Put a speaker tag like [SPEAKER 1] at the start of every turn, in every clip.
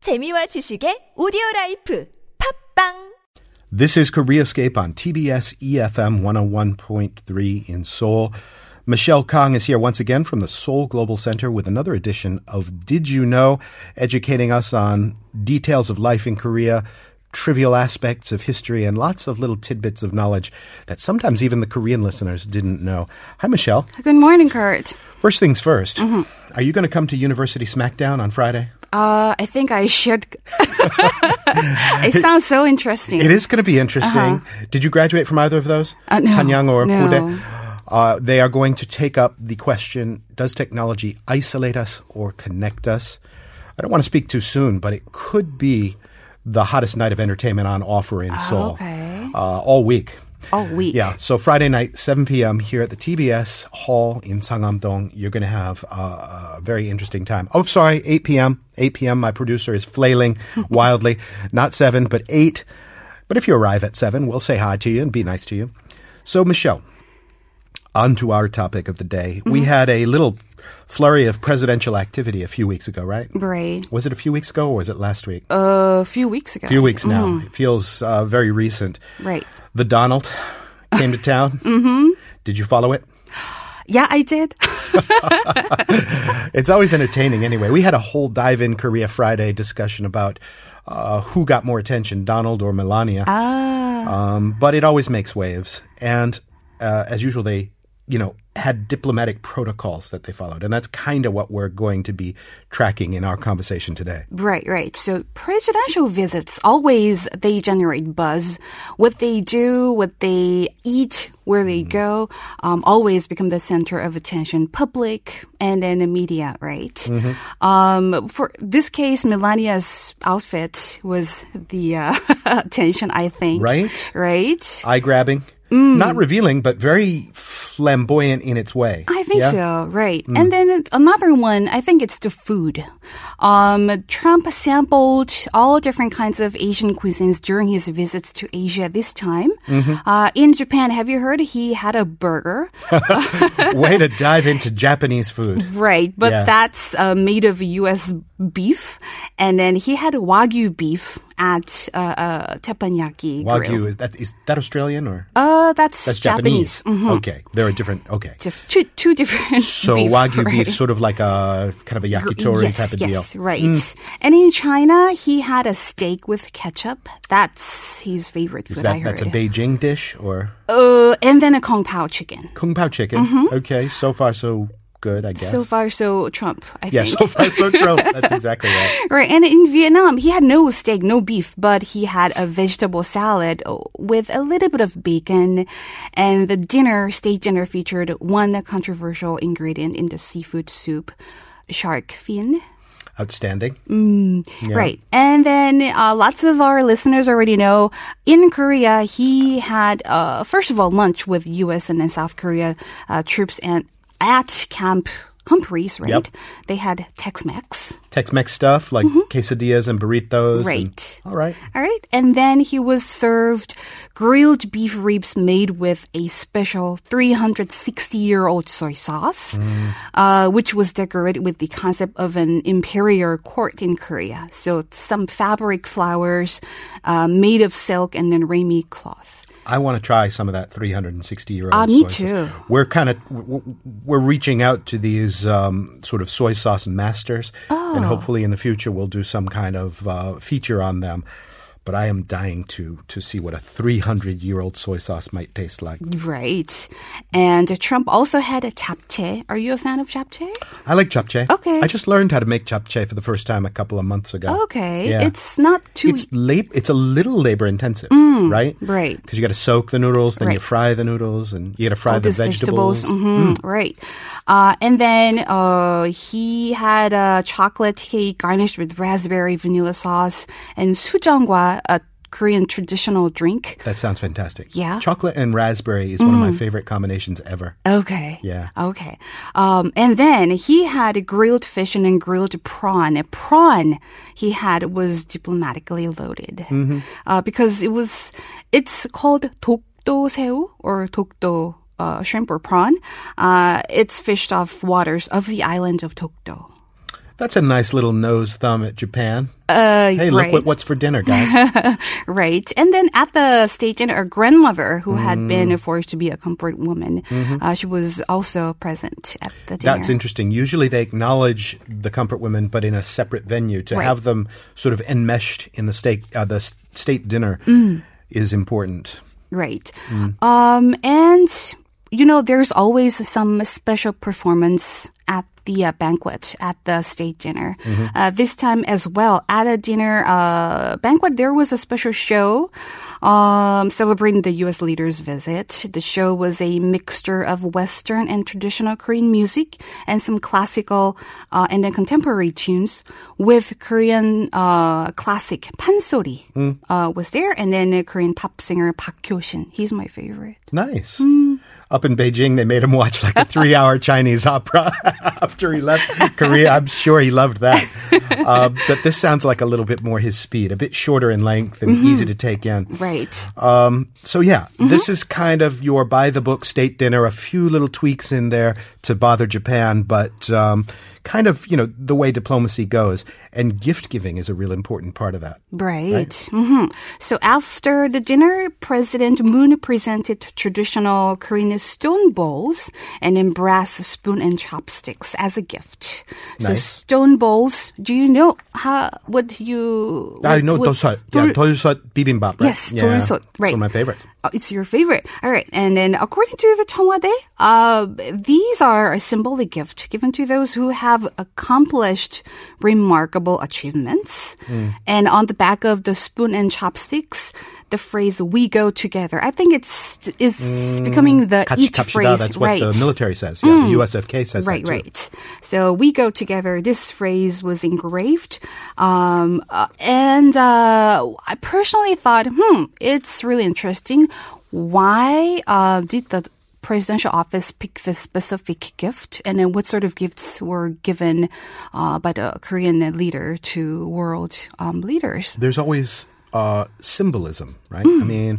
[SPEAKER 1] 재미와 지식의 오디오 라이프 팝빵
[SPEAKER 2] This is Koreascape on TBS EFM 101.3 in Seoul. Michelle Kong is here once again from the Seoul Global Center with another edition of Did You Know, educating us on details of life in Korea, trivial aspects of history, and lots of little tidbits of knowledge that sometimes even the Korean listeners didn't know. Hi, Michelle.
[SPEAKER 3] Good morning, Kurt.
[SPEAKER 2] First things 1st are you going to come to University Smackdown on Friday?
[SPEAKER 3] Uh, I think I should. it sounds so interesting. Uh-huh.
[SPEAKER 2] It is going to be interesting. Did you graduate from either of those?
[SPEAKER 3] Uh, no.
[SPEAKER 2] Hanyang or
[SPEAKER 3] No.
[SPEAKER 2] Pude? Uh, they are going to take up the question Does technology isolate us or connect us? I don't want to speak too soon, but it could be the hottest night of entertainment on offer in Seoul
[SPEAKER 3] Ah, okay.
[SPEAKER 2] uh, all week.
[SPEAKER 3] All week.
[SPEAKER 2] Yeah, so Friday night, 7 p.m. here at the TBS Hall in Sangam-dong, you're going to have uh, a very interesting time. Oh, sorry, 8 p.m. 8 p.m. My producer is flailing wildly. Not 7, but 8. But if you arrive at 7, we'll say hi to you and be nice to you. So, Michelle, on to our topic of the day. We had a little flurry of presidential activity a few weeks ago, right?
[SPEAKER 3] Right.
[SPEAKER 2] Was it a few weeks ago or was it last week? A
[SPEAKER 3] Uh, A few weeks ago.
[SPEAKER 2] few weeks now. It feels uh, very recent.
[SPEAKER 3] Right.
[SPEAKER 2] The Donald came to town. mm-hmm. Did you follow it?
[SPEAKER 3] Yeah, I did.
[SPEAKER 2] It's always entertaining anyway. We had a whole Dive in Korea Friday discussion about uh, who got more attention, Donald or Melania. Ah. Um, but it always makes waves. And uh, as usual, they, you know, had diplomatic protocols that they followed. And that's kind of what we're going to be tracking in our conversation today.
[SPEAKER 3] Right, right. So presidential visits always they generate buzz. What they do, what they eat, where they go, um, always become the center of attention, public and then the media. Right. Um, for this case, Melania's outfit was the uh, attention. I think.
[SPEAKER 2] Right?
[SPEAKER 3] Right.
[SPEAKER 2] Eye grabbing,
[SPEAKER 3] Mm.
[SPEAKER 2] not revealing, but very flamboyant in its way.
[SPEAKER 3] I think
[SPEAKER 2] Yeah? Mm.
[SPEAKER 3] so, right. And then another one, I think it's the food. Um, Trump sampled all different kinds of Asian cuisines during his visits to Asia this time.
[SPEAKER 2] Mm-hmm.
[SPEAKER 3] Uh, in Japan, have you heard he had a burger?
[SPEAKER 2] Way to dive into Japanese food.
[SPEAKER 3] right, but
[SPEAKER 2] Yeah.
[SPEAKER 3] that's uh, made of U.S. beef. And then he had wagyu beef at uh, uh, teppanyaki
[SPEAKER 2] Wagyu
[SPEAKER 3] grill.
[SPEAKER 2] is that is that Australian or
[SPEAKER 3] Uh, that's,
[SPEAKER 2] that's Japanese?
[SPEAKER 3] Japanese. Mm-hmm. Mm,
[SPEAKER 2] Okay, there are different. Okay,
[SPEAKER 3] Just two, two different
[SPEAKER 2] so
[SPEAKER 3] beef,
[SPEAKER 2] wagyu
[SPEAKER 3] right?
[SPEAKER 2] beef, sort of like a kind of a yakitori
[SPEAKER 3] yes,
[SPEAKER 2] type of
[SPEAKER 3] yes,
[SPEAKER 2] deal. Hmm.
[SPEAKER 3] right. And in China, he had a steak with ketchup. That's his favorite food.
[SPEAKER 2] Is that
[SPEAKER 3] I heard.
[SPEAKER 2] that's a Beijing dish or
[SPEAKER 3] uh, and then a kung pao chicken.
[SPEAKER 2] kung pao chicken? Okay, so far so good, I guess.
[SPEAKER 3] Mm-hmm. So far, so Trump. I
[SPEAKER 2] yeah,
[SPEAKER 3] think.
[SPEAKER 2] so far so true. That's exactly right.
[SPEAKER 3] Right, and in Vietnam, he had no steak, no beef, but he had a vegetable salad uh, with a little bit of bacon. And the dinner, state dinner, featured one controversial ingredient in the seafood soup, shark fin.
[SPEAKER 2] Outstanding.
[SPEAKER 3] Right. And then uh, lots of our listeners already know in Korea, he had, uh, first of all, lunch with U.S. and then South Korea uh, troops and at Camp Humphreys, right?
[SPEAKER 2] Yep.
[SPEAKER 3] They had Tex Mex.
[SPEAKER 2] Tex-Mex stuff like quesadillas and burritos. and-
[SPEAKER 3] Mm-hmm. Right.
[SPEAKER 2] all right.
[SPEAKER 3] All right. And then he was served grilled beef ribs made with a special 360 year old soy sauce,
[SPEAKER 2] Mm.
[SPEAKER 3] uh, which was decorated with the concept of an imperial court in Korea. So some fabric flowers uh, made of silk and then Remy cloth.
[SPEAKER 2] I want to try some of that 360 year old.
[SPEAKER 3] Ah, me too.
[SPEAKER 2] We're kind of we're reaching out to these um, sort of soy sauce masters,
[SPEAKER 3] Oh.
[SPEAKER 2] and hopefully in the future we'll do some kind of uh, feature on them. But I am dying to to see what a 300 year old soy sauce might taste like.
[SPEAKER 3] Right. And Trump also had a japchae. Are you a fan of japchae?
[SPEAKER 2] I like japchae.
[SPEAKER 3] Okay.
[SPEAKER 2] I just learned how to make japchae for the first time a couple of months ago.
[SPEAKER 3] Okay.
[SPEAKER 2] Yeah.
[SPEAKER 3] It's not too.
[SPEAKER 2] It's lab- It's a little labor intensive, right?
[SPEAKER 3] right.
[SPEAKER 2] Because you got to soak the noodles, then you
[SPEAKER 3] Mm. Right.
[SPEAKER 2] fry the noodles, and you got to fry
[SPEAKER 3] all
[SPEAKER 2] the
[SPEAKER 3] these
[SPEAKER 2] vegetables.
[SPEAKER 3] vegetables. Mhm, Right. Uh, and then uh, he had a chocolate cake garnished with raspberry vanilla sauce and sujangwa, a Korean traditional drink.
[SPEAKER 2] That sounds fantastic.
[SPEAKER 3] Yeah. Mm.
[SPEAKER 2] Chocolate and raspberry is one of my favorite combinations ever.
[SPEAKER 3] Okay.
[SPEAKER 2] Yeah.
[SPEAKER 3] Okay. Um, and then he had grilled fish and then grilled prawn. A prawn he had was diplomatically loaded
[SPEAKER 2] Mm-hmm.
[SPEAKER 3] uh, because it was, it's called 독도 새우 or 독도 uh, shrimp or prawn. Uh, it's fished off waters of the island of Tokdo.
[SPEAKER 2] That's a nice little nose thumb at Japan.
[SPEAKER 3] Uh,
[SPEAKER 2] Hey, look
[SPEAKER 3] right.
[SPEAKER 2] what, what's for dinner, guys.
[SPEAKER 3] Right. And then at the stage dinner, our grandmother, who had
[SPEAKER 2] Mm.
[SPEAKER 3] been forced to be a comfort woman, uh, she was also present at the dinner.
[SPEAKER 2] Mm-hmm. That's interesting. Usually they acknowledge the comfort women, but in a separate venue. To
[SPEAKER 3] Right.
[SPEAKER 2] have them sort of enmeshed in the state, uh, the s- state dinner
[SPEAKER 3] Mm.
[SPEAKER 2] is important.
[SPEAKER 3] Right. Um, and, you know, there's always some special performance at the uh, banquet, at the state dinner. Uh, this time as well, at a dinner uh, banquet, there was a special show um, celebrating the U.S. leader's visit. The show was a mixture of Western and traditional Korean music and some classical uh, and then contemporary tunes with Korean uh, classic pansori uh, was there, and then uh, Korean pop singer Park Kyo-shin. He's my favorite.
[SPEAKER 2] Nice. Up in Beijing, they made him watch like a three hour Chinese opera after he left Korea. I'm sure he loved that. Uh, but this sounds like a little bit more his speed, a bit shorter in length and easy to take in. Um,
[SPEAKER 3] Right.
[SPEAKER 2] So, yeah, this is kind of your by the book state dinner, a few little tweaks in there to bother Japan, but um, kind of, you know, the way diplomacy goes. And gift giving is a real important part of that.
[SPEAKER 3] Right. hmm So after the dinner, President Moon presented traditional Korean stone bowls and then brass spoon and chopsticks as a gift. So
[SPEAKER 2] Nice.
[SPEAKER 3] stone bowls. Do you know how? What you?
[SPEAKER 2] I
[SPEAKER 3] what-
[SPEAKER 2] know
[SPEAKER 3] what-
[SPEAKER 2] dosot. Yeah, dosot bibimbap, right?
[SPEAKER 3] Yes, dorso,
[SPEAKER 2] It's one
[SPEAKER 3] right.
[SPEAKER 2] of my favorites.
[SPEAKER 3] Oh, it's your favorite. All right. And then according to the Tongwade, uh, these are a symbolic gift given to those who have accomplished remarkable achievements.
[SPEAKER 2] Hmm.
[SPEAKER 3] And on the back of the spoon and chopsticks, the phrase "we go together." I think it's it's becoming the
[SPEAKER 2] Kach-
[SPEAKER 3] each
[SPEAKER 2] Kapshida,
[SPEAKER 3] phrase
[SPEAKER 2] Hmm. that's what
[SPEAKER 3] right. Mm.
[SPEAKER 2] the military says. Yeah, the USFK says that
[SPEAKER 3] Right,
[SPEAKER 2] too.
[SPEAKER 3] right. So we go together. This phrase was engraved, um, uh, and uh, I personally thought, hmm, it's really interesting. Why uh, did the presidential office pick this specific gift, and then what sort of gifts were given uh, by the Korean leader to world um, leaders?
[SPEAKER 2] There's always uh, symbolism, right?
[SPEAKER 3] Mm.
[SPEAKER 2] I mean,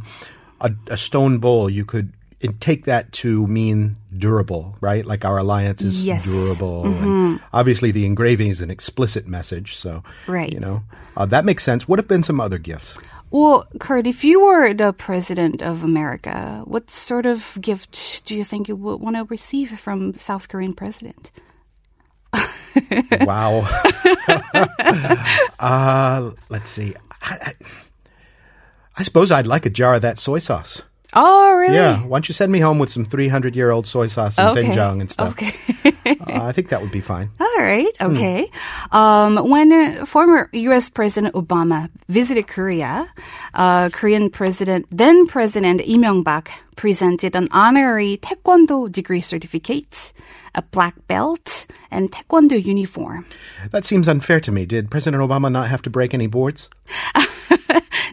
[SPEAKER 2] a, a stone bowl, you could and take that to mean durable, right? Like our alliance is
[SPEAKER 3] Yes. Mm-hmm.
[SPEAKER 2] durable. And obviously, the engraving is an explicit message. So,
[SPEAKER 3] Right.
[SPEAKER 2] you know, uh, that makes sense. What have been some other gifts?
[SPEAKER 3] Well, Kurt, if you were the president of America, what sort of gift do you think you would want to receive from South Korean president?
[SPEAKER 2] Wow. uh, let's see. I, I, I suppose I'd like a jar of that soy sauce.
[SPEAKER 3] Oh, really?
[SPEAKER 2] Yeah, why don't you send me home with some 300 year old soy sauce and
[SPEAKER 3] Okay.
[SPEAKER 2] doenjang and stuff?
[SPEAKER 3] Okay.
[SPEAKER 2] Uh, I think that would be fine.
[SPEAKER 3] All right. Okay. Um, when uh, former U.S. President Obama visited Korea, uh, Korean President, then President Lee Myung-bak presented an honorary Taekwondo degree certificate, a black belt, and Taekwondo uniform.
[SPEAKER 2] That seems unfair to me. Did President Obama not have to break any boards?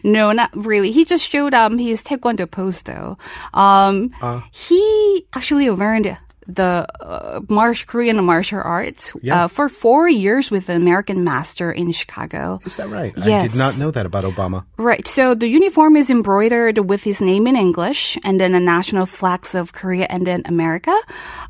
[SPEAKER 3] No, not really. He just showed um his taekwondo pose though. Um, he actually learned the uh, marsh Korean martial arts
[SPEAKER 2] Yeah.
[SPEAKER 3] uh, for four years with an American master in Chicago.
[SPEAKER 2] Is that right? I
[SPEAKER 3] Yes.
[SPEAKER 2] did not know that about Obama.
[SPEAKER 3] Right. So the uniform is embroidered with his name in English and then the national flags of Korea and then America.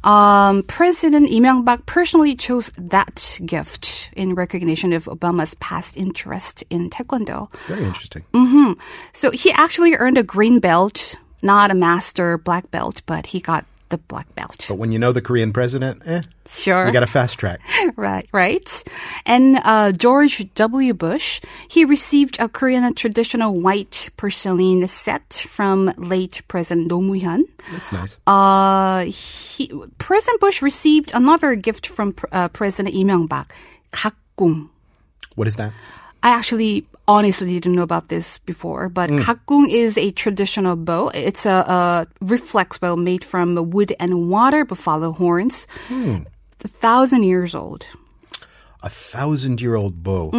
[SPEAKER 3] Um, President Lee Myung-bak personally chose that gift in recognition of Obama's past interest in taekwondo.
[SPEAKER 2] Very interesting.
[SPEAKER 3] Mm. So he actually earned a green belt, not a master black belt, but he got the black belt.
[SPEAKER 2] But when you know the Korean president, eh,
[SPEAKER 3] Sure.
[SPEAKER 2] Oh, you got a fast track.
[SPEAKER 3] right, right. And uh, George W. Bush, he received a Korean traditional white porcelain set from late President Noh Moo-hyun.
[SPEAKER 2] That's nice.
[SPEAKER 3] Uh, he, President Bush received another gift from uh, President Lee Myung-bak, 가끔.
[SPEAKER 2] What is that?
[SPEAKER 3] I actually honestly didn't know about this before, but kakgung is a traditional bow. It's a, a reflex bow made from wood and water buffalo horns. A thousand years old.
[SPEAKER 2] A thousand year old bow.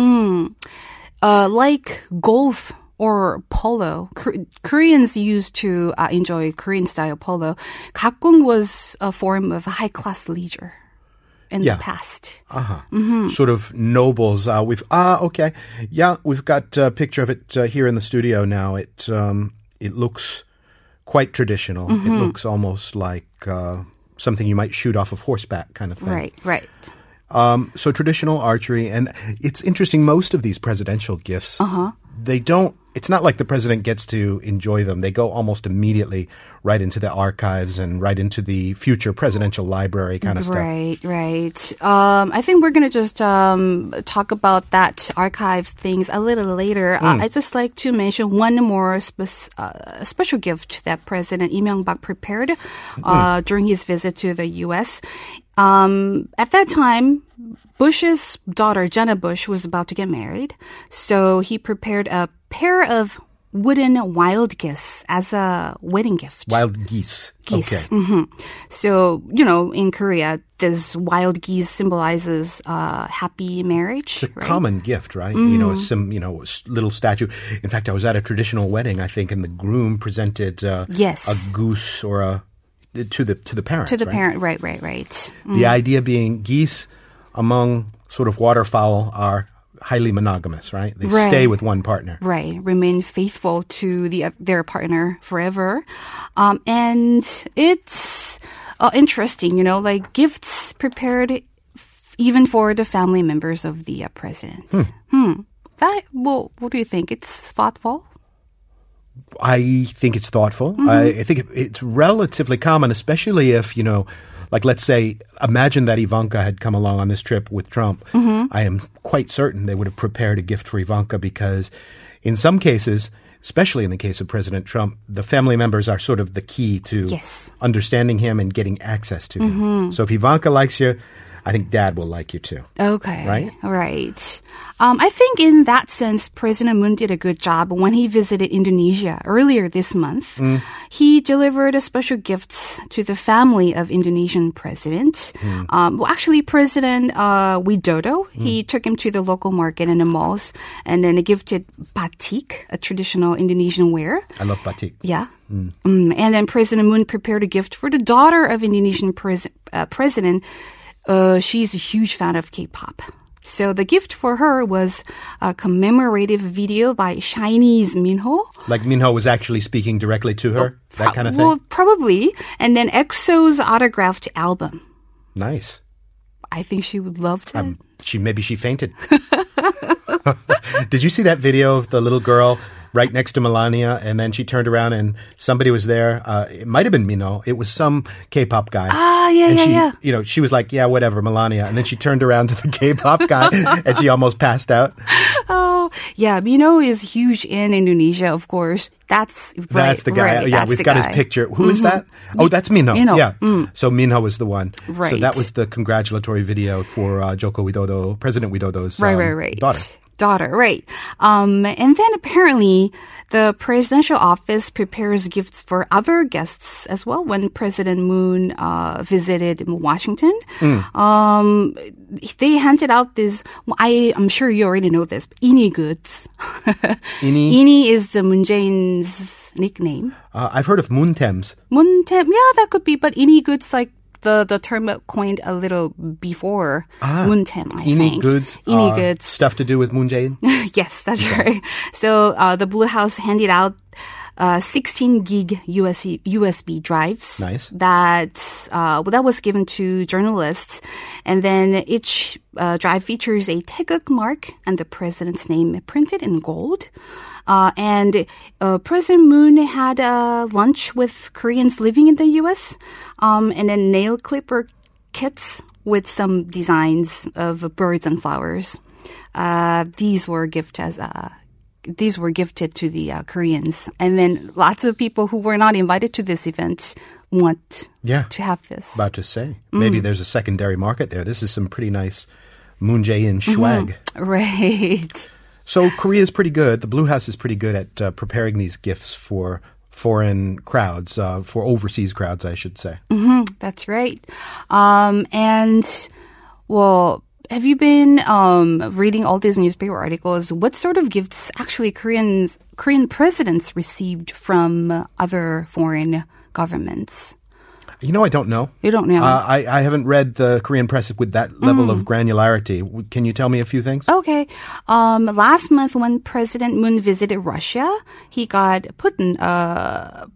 [SPEAKER 3] Uh, like golf or polo, Kor- Koreans used to uh, enjoy Korean style polo. Kakgung was a form of high class leisure in
[SPEAKER 2] Yeah.
[SPEAKER 3] the past. Hmm.
[SPEAKER 2] Sort of nobles. Uh, we've ah okay, yeah, we've got a picture of it uh, here in the studio now. It um, it looks quite traditional.
[SPEAKER 3] Mm-hmm.
[SPEAKER 2] It looks almost like uh, something you might shoot off of horseback kind of thing.
[SPEAKER 3] Right, right.
[SPEAKER 2] Um, so traditional archery, and it's interesting. Most of these presidential gifts,
[SPEAKER 3] Uh-huh.
[SPEAKER 2] they don't. It's not like the president gets to enjoy them. They go almost immediately right into the archives and right into the future presidential library kind of stuff.
[SPEAKER 3] Right, right. Um, I think we're gonna just um, talk about that archives things a little later.
[SPEAKER 2] Hmm.
[SPEAKER 3] Uh, I just like to mention one more spec- uh, special gift that President Lee Myung-bak prepared
[SPEAKER 2] Hmm.
[SPEAKER 3] uh, during his visit to the U.S. Um, at that time, Bush's daughter Jenna Bush was about to get married, so he prepared a pair of wooden wild geese as a wedding gift.
[SPEAKER 2] Wild geese.
[SPEAKER 3] Geese.
[SPEAKER 2] Okay.
[SPEAKER 3] So, you know, in Korea, this wild geese symbolizes uh, happy marriage.
[SPEAKER 2] It's a common gift, right? You know,
[SPEAKER 3] Mm-hmm.
[SPEAKER 2] some you know s- little statue. In fact, I was at a traditional wedding, I think, and the groom presented uh,
[SPEAKER 3] Yes.
[SPEAKER 2] a goose or a to the to the parents.
[SPEAKER 3] to the mm.
[SPEAKER 2] right?
[SPEAKER 3] parent, right, right, right.
[SPEAKER 2] The idea being geese among sort of waterfowl are highly monogamous, right? They stay
[SPEAKER 3] Right.
[SPEAKER 2] with one partner.
[SPEAKER 3] Right, remain faithful to the uh, their partner forever, um, and it's uh, interesting, you know, like gifts prepared f- even for the family members of the uh, president. Hmm. That well, what do you think? It's thoughtful.
[SPEAKER 2] I think it's thoughtful.
[SPEAKER 3] Mm-hmm.
[SPEAKER 2] I, I think it, it's relatively common, especially if, you know, like let's say, imagine that Ivanka had come along on this trip with Trump.
[SPEAKER 3] Mm-hmm.
[SPEAKER 2] I am quite certain they would have prepared a gift for Ivanka because, in some cases, especially in the case of President Trump, the family members are sort of the key to
[SPEAKER 3] Yes. Mm-hmm.
[SPEAKER 2] understanding him and getting access to him. So if Ivanka likes you, I think dad will like you too.
[SPEAKER 3] Okay.
[SPEAKER 2] Right?
[SPEAKER 3] Right. Um, I think in that sense, President Moon did a good job when he visited Indonesia earlier this month. He delivered a special gifts to the family of Indonesian president. Um, well, actually, President uh, Widodo, he took him to the local market and the malls, and then he gifted batik, a traditional Indonesian wear.
[SPEAKER 2] I love batik.
[SPEAKER 3] Yeah.
[SPEAKER 2] Hmm.
[SPEAKER 3] Mm. And then President Moon prepared a gift for the daughter of Indonesian pres- uh, president. Uh, she's a huge fan of K-pop. So the gift for her was a commemorative video by Chinese Minho.
[SPEAKER 2] Like Minho was actually speaking directly to her, that kind of thing.
[SPEAKER 3] Oh, Well, probably. And then EXO's autographed album.
[SPEAKER 2] nice.
[SPEAKER 3] I think she would love to.
[SPEAKER 2] Um, she maybe she fainted. Did you see that video of the little girl right next to Melania, and then she turned around and somebody was there? Uh, it might have been Mino. It was some K-pop guy.
[SPEAKER 3] ah, yeah,
[SPEAKER 2] and
[SPEAKER 3] yeah,
[SPEAKER 2] she,
[SPEAKER 3] yeah.
[SPEAKER 2] you know, she was like, "Yeah, whatever, Melania," and then she turned around to the K-pop guy, and she almost passed out.
[SPEAKER 3] Oh, yeah. Mino is huge in Indonesia, of course. That's right,
[SPEAKER 2] That's the guy.
[SPEAKER 3] right,
[SPEAKER 2] yeah,
[SPEAKER 3] that's
[SPEAKER 2] we've
[SPEAKER 3] the
[SPEAKER 2] got
[SPEAKER 3] guy. Mm-hmm.
[SPEAKER 2] his picture. Who is that? Oh, that's Minho.
[SPEAKER 3] Minho,
[SPEAKER 2] Yeah. So Minho was the one. So
[SPEAKER 3] Right.
[SPEAKER 2] that was the congratulatory video for uh, Joko Widodo, President Widodo's
[SPEAKER 3] right,
[SPEAKER 2] um,
[SPEAKER 3] right, right.
[SPEAKER 2] daughter.
[SPEAKER 3] Daughter, right. Um, and then apparently the presidential office prepares gifts for other guests as well when President Moon uh, visited Washington.
[SPEAKER 2] Hmm.
[SPEAKER 3] Um, they handed out this, well, I, I'm sure you already know this, but Ini goods.
[SPEAKER 2] Ini?
[SPEAKER 3] Ini is the Moon Jae-in's nickname.
[SPEAKER 2] Uh, I've heard of Moon Thames.
[SPEAKER 3] Moon Tem, yeah, that could be, but Ini goods like the, the term coined a little before Moon Tem, I
[SPEAKER 2] Ini
[SPEAKER 3] think.
[SPEAKER 2] Ah. goods.
[SPEAKER 3] Ini
[SPEAKER 2] are
[SPEAKER 3] goods.
[SPEAKER 2] Stuff to do with Moon Jae-in.
[SPEAKER 3] yes, that's right. So uh, the Blue House handed out uh, 16 gig USB, USB drives.
[SPEAKER 2] Nice.
[SPEAKER 3] That uh, well, that was given to journalists, and then each uh, drive features a Taeguk mark and the president's name printed in gold. Uh, and uh, President Moon had a lunch with Koreans living in the U.S. Um, and then nail clipper kits with some designs of birds and flowers. Uh, these were gift as uh, these were gifted to the uh, Koreans, and then lots of people who were not invited to this event want
[SPEAKER 2] Yeah.
[SPEAKER 3] to have this.
[SPEAKER 2] About to say. Maybe there's a secondary market there. This is some pretty nice Moon Jae-in swag.
[SPEAKER 3] right.
[SPEAKER 2] So Korea's pretty good. The Blue House is pretty good at uh, preparing these gifts for foreign crowds, uh, for overseas crowds, I should say.
[SPEAKER 3] That's right. Um, and well, have you been um, reading all these newspaper articles? What sort of gifts actually Koreans Korean presidents received from other foreign governments?
[SPEAKER 2] You know, I don't know.
[SPEAKER 3] You don't know.
[SPEAKER 2] Uh, I, I haven't read the Korean press with that level of granularity. W- Can you tell me a few things?
[SPEAKER 3] Okay. Um, last month, when President Moon visited Russia, he got Putin, uh,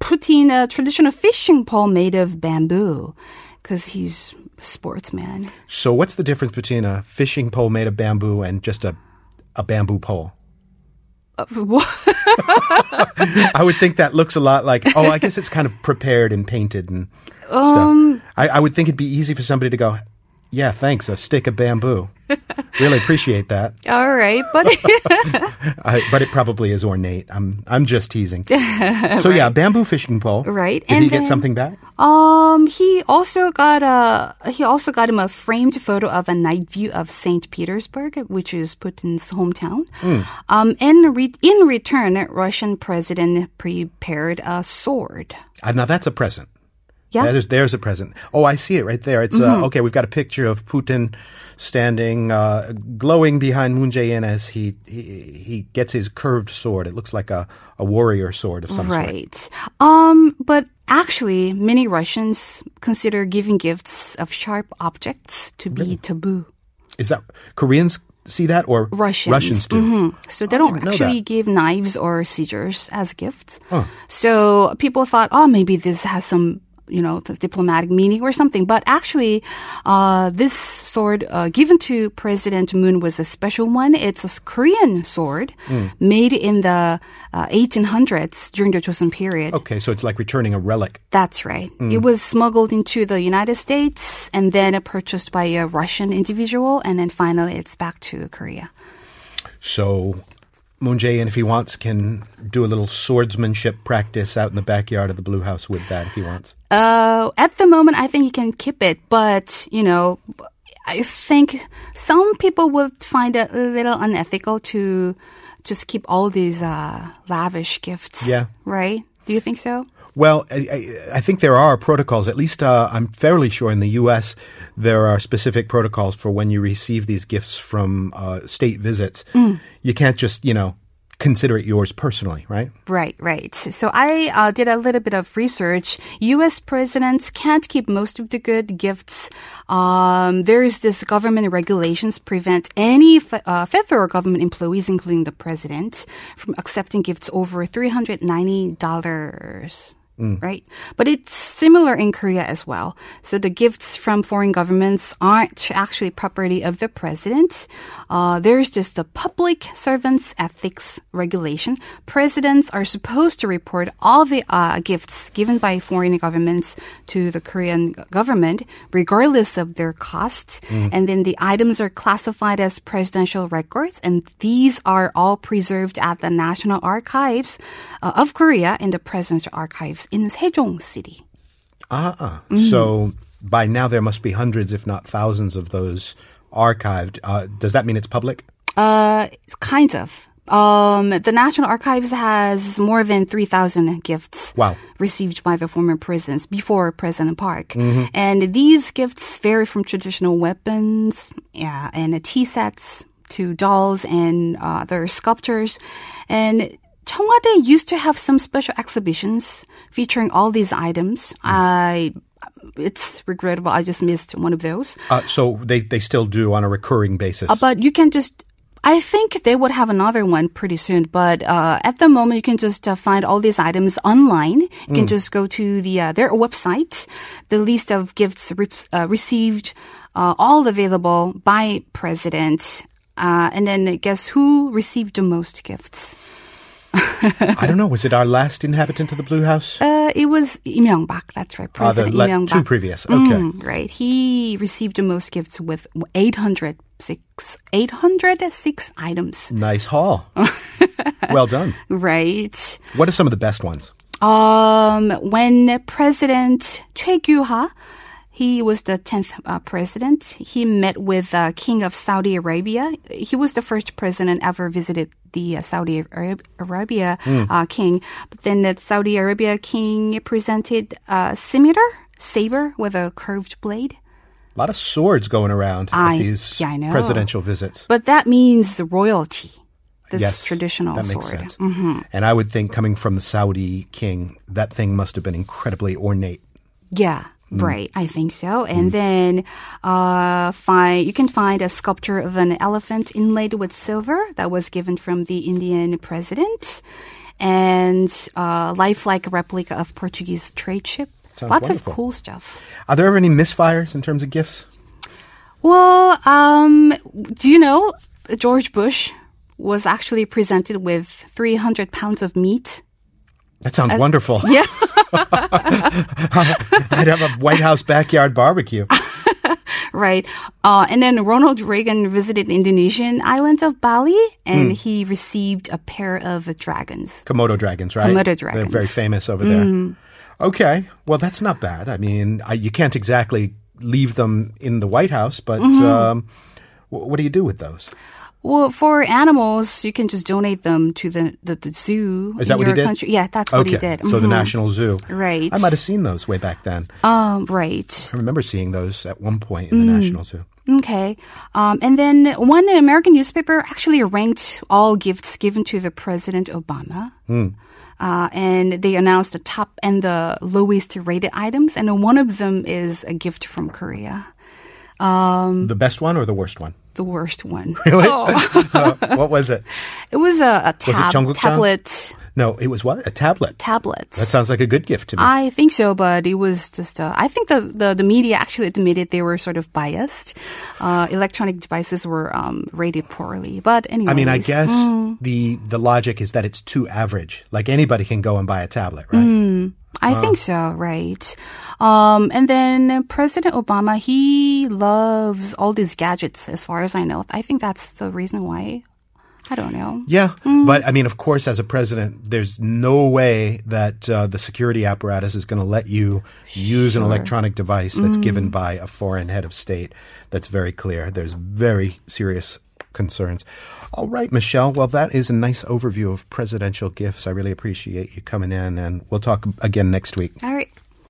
[SPEAKER 3] Putin a traditional fishing pole made of bamboo because he's sportsman.
[SPEAKER 2] So, what's the difference between a fishing pole made of bamboo and just a a bamboo pole?
[SPEAKER 3] Uh,
[SPEAKER 2] I would think that looks a lot like. Oh, I guess it's kind of prepared and painted and
[SPEAKER 3] Um,
[SPEAKER 2] stuff. I, I would think it'd be easy for somebody to go, "Yeah, thanks, a stick of bamboo. really appreciate that."
[SPEAKER 3] All right, but
[SPEAKER 2] I, but it probably is ornate. I'm I'm just teasing. so yeah, bamboo fishing pole.
[SPEAKER 3] Right,
[SPEAKER 2] Did
[SPEAKER 3] and
[SPEAKER 2] he get
[SPEAKER 3] then-
[SPEAKER 2] something back?
[SPEAKER 3] um, he also got a he also got him a framed photo of a night view of Saint Petersburg, which is Putin's hometown. Um, and re- in return, Russian president prepared a sword.
[SPEAKER 2] Uh, now that's a present.
[SPEAKER 3] Yeah. Mm-hmm.
[SPEAKER 2] That is, there's a present. Oh, I see it right there. It's uh, okay. We've got a picture of Putin standing, uh, glowing behind Moon Jae-in as he, he he gets his curved sword. It looks like a, a warrior sword of some sort.
[SPEAKER 3] Right. Um, but actually, many Russians consider giving gifts of sharp objects to be taboo.
[SPEAKER 2] Is that Koreans see that or
[SPEAKER 3] Russians. Mm-hmm.
[SPEAKER 2] do?
[SPEAKER 3] Hmm. So they don't
[SPEAKER 2] didn't know
[SPEAKER 3] actually
[SPEAKER 2] that.
[SPEAKER 3] give knives or scissors as gifts. So people thought, oh, maybe this has some, you know, th- diplomatic meaning or something. But actually, uh, this sword uh, given to President Moon was a special one. It's a s- Korean sword
[SPEAKER 2] Hmm.
[SPEAKER 3] made in the uh, 1800s during the Joseon period.
[SPEAKER 2] Okay, so it's like returning a relic.
[SPEAKER 3] That's right. It was smuggled into the United States and then purchased by a Russian individual, and then finally it's back to Korea.
[SPEAKER 2] So Moon Jae-in, if he wants, can do a little swordsmanship practice out in the backyard of the Blue House with that if he wants.
[SPEAKER 3] Uh, at the moment, I think he can keep it, but you know, I think some people would find it a little unethical to just keep all these uh, lavish gifts.
[SPEAKER 2] Yeah.
[SPEAKER 3] Right? Do you think so?
[SPEAKER 2] Well, I, I, I think there are protocols. At least uh, I'm fairly sure in the U.S. there are specific protocols for when you receive these gifts from uh, state visits. You can't just, you know, consider it yours personally, right?
[SPEAKER 3] Right, right. So I uh, did a little bit of research. U.S. presidents can't keep most of the good gifts. Um, there's this government regulations prevent any fe- uh, federal government employees, including the president, from accepting gifts over three hundred ninety dollars. Right, but it's similar in Korea as well. So the gifts from foreign governments aren't actually property of the president. Uh, there's just the Public Servants Ethics Regulation. Presidents are supposed to report all the uh, gifts given by foreign governments to the Korean government, regardless of their cost. And then the items are classified as presidential records, and these are all preserved at the National Archives uh, of Korea and the Presidential Archives in Sejong City.
[SPEAKER 2] Uh-uh. So by now there must be hundreds, if not thousands, of those archived. Uh, does that mean it's public?
[SPEAKER 3] Uh, kind of. Um, the National Archives has more than 3,000 gifts
[SPEAKER 2] Wow.
[SPEAKER 3] received by the former presidents before President Park. And these gifts vary from traditional weapons yeah, and uh, tea sets to dolls and uh, other sculptures. And Chongwade used to have some special exhibitions featuring all these items. I it's regrettable. I just missed one of those.
[SPEAKER 2] Uh, so they, they still do on a recurring basis.
[SPEAKER 3] Uh, But you can just. I think they would have another one pretty soon, but uh, at the moment you can just uh, find all these items online. You can
[SPEAKER 2] Mm.
[SPEAKER 3] just go to the uh, their website, the list of gifts re- uh, received, uh, all available by president, uh, and then guess who received the most gifts?
[SPEAKER 2] I don't know. Was it our last inhabitant of the Blue House?
[SPEAKER 3] Uh, it was Im Young Bak. That's right,
[SPEAKER 2] Uh, the
[SPEAKER 3] President
[SPEAKER 2] le-
[SPEAKER 3] Im Young Bak.
[SPEAKER 2] two previous. Okay.
[SPEAKER 3] Mm, right. He received the most gifts with 806, 806 items.
[SPEAKER 2] Nice haul. well done.
[SPEAKER 3] Right.
[SPEAKER 2] What are some of the best ones?
[SPEAKER 3] Um, when President Choi Kyu-ha, he was the 10th uh, president, he met with uh, King of Saudi Arabia. He was the first president ever visited the uh, Saudi Arab- Arabia
[SPEAKER 2] Hmm.
[SPEAKER 3] uh, king. But then the Saudi Arabia king presented a scimitar, saber with a curved blade.
[SPEAKER 2] A lot of swords going around
[SPEAKER 3] I-
[SPEAKER 2] at these
[SPEAKER 3] yeah, I know.
[SPEAKER 2] presidential visits.
[SPEAKER 3] But that means royalty. This
[SPEAKER 2] yes,
[SPEAKER 3] traditional
[SPEAKER 2] that makes
[SPEAKER 3] sword. Mm-hmm.
[SPEAKER 2] sense. And I would think, coming from the Saudi king, that thing must have been incredibly ornate.
[SPEAKER 3] Yeah.
[SPEAKER 2] Mm.
[SPEAKER 3] Right, I think so. And then, uh, find you can find a sculpture of an elephant inlaid with silver that was given from the Indian president, and uh, lifelike replica of Portuguese trade ship,
[SPEAKER 2] Sounds
[SPEAKER 3] Lots
[SPEAKER 2] wonderful.
[SPEAKER 3] of cool stuff.
[SPEAKER 2] Are there ever any misfires in terms of gifts?
[SPEAKER 3] Well, um, do you know George Bush was actually presented with 300 pounds of meat?
[SPEAKER 2] That sounds wonderful.
[SPEAKER 3] Yeah.
[SPEAKER 2] I'd have a White House backyard barbecue.
[SPEAKER 3] Right. Uh, and then Ronald Reagan visited the Indonesian island of Bali
[SPEAKER 2] Hmm.
[SPEAKER 3] and he received a pair of dragons.
[SPEAKER 2] Komodo dragons, right?
[SPEAKER 3] Komodo
[SPEAKER 2] They're very
[SPEAKER 3] dragons. Mm-hmm.
[SPEAKER 2] famous over there. Okay. Well, that's not bad. I mean, I, you can't exactly leave them in the White House, but
[SPEAKER 3] Mm-hmm.
[SPEAKER 2] um, wh- what do you do with those?
[SPEAKER 3] Well, for animals, you can just donate them to the, the, the zoo.
[SPEAKER 2] Is that
[SPEAKER 3] in
[SPEAKER 2] what he
[SPEAKER 3] your
[SPEAKER 2] did?
[SPEAKER 3] Country. Yeah, that's what
[SPEAKER 2] Okay.
[SPEAKER 3] he did.
[SPEAKER 2] So the
[SPEAKER 3] Mhm.
[SPEAKER 2] National Zoo.
[SPEAKER 3] Right.
[SPEAKER 2] I might have seen those way back then.
[SPEAKER 3] Um, right.
[SPEAKER 2] I remember seeing those at one point in the
[SPEAKER 3] Mm.
[SPEAKER 2] National Zoo.
[SPEAKER 3] Okay. Um, and then one American newspaper actually ranked all gifts given to the President Obama.
[SPEAKER 2] Hmm.
[SPEAKER 3] Uh, and they announced the top and the lowest rated items. And one of them is a gift from Korea. Mm.
[SPEAKER 2] the best one or the worst one?
[SPEAKER 3] The worst one.
[SPEAKER 2] Really? Uh, what was it?
[SPEAKER 3] It was a, a
[SPEAKER 2] Was it
[SPEAKER 3] tab-
[SPEAKER 2] Jungkook-chan?
[SPEAKER 3] tablet.
[SPEAKER 2] No, it was what? A tablet.
[SPEAKER 3] Tablet.
[SPEAKER 2] that sounds like a good gift to me.
[SPEAKER 3] I think so, but it was just. Uh, I think the, the the media actually admitted they were sort of biased. Uh, electronic devices were um, rated poorly, but anyway.
[SPEAKER 2] I mean, I guess
[SPEAKER 3] Mm.
[SPEAKER 2] the the logic is that it's too average. Like anybody can go and buy a tablet, right?
[SPEAKER 3] I
[SPEAKER 2] uh,
[SPEAKER 3] think so, right? Um, and then President Obama, he loves all these gadgets, as far as I know. I think that's the reason why. I don't know.
[SPEAKER 2] Yeah, but I mean, of course, as a president, there's no way that uh, the security apparatus is going to let you use an electronic device that's given by a foreign head of state. That's very clear. There's very serious concerns. All right, Michelle. Well, that is a nice overview of presidential gifts. I really appreciate you coming in, and we'll talk again next week.
[SPEAKER 3] All right.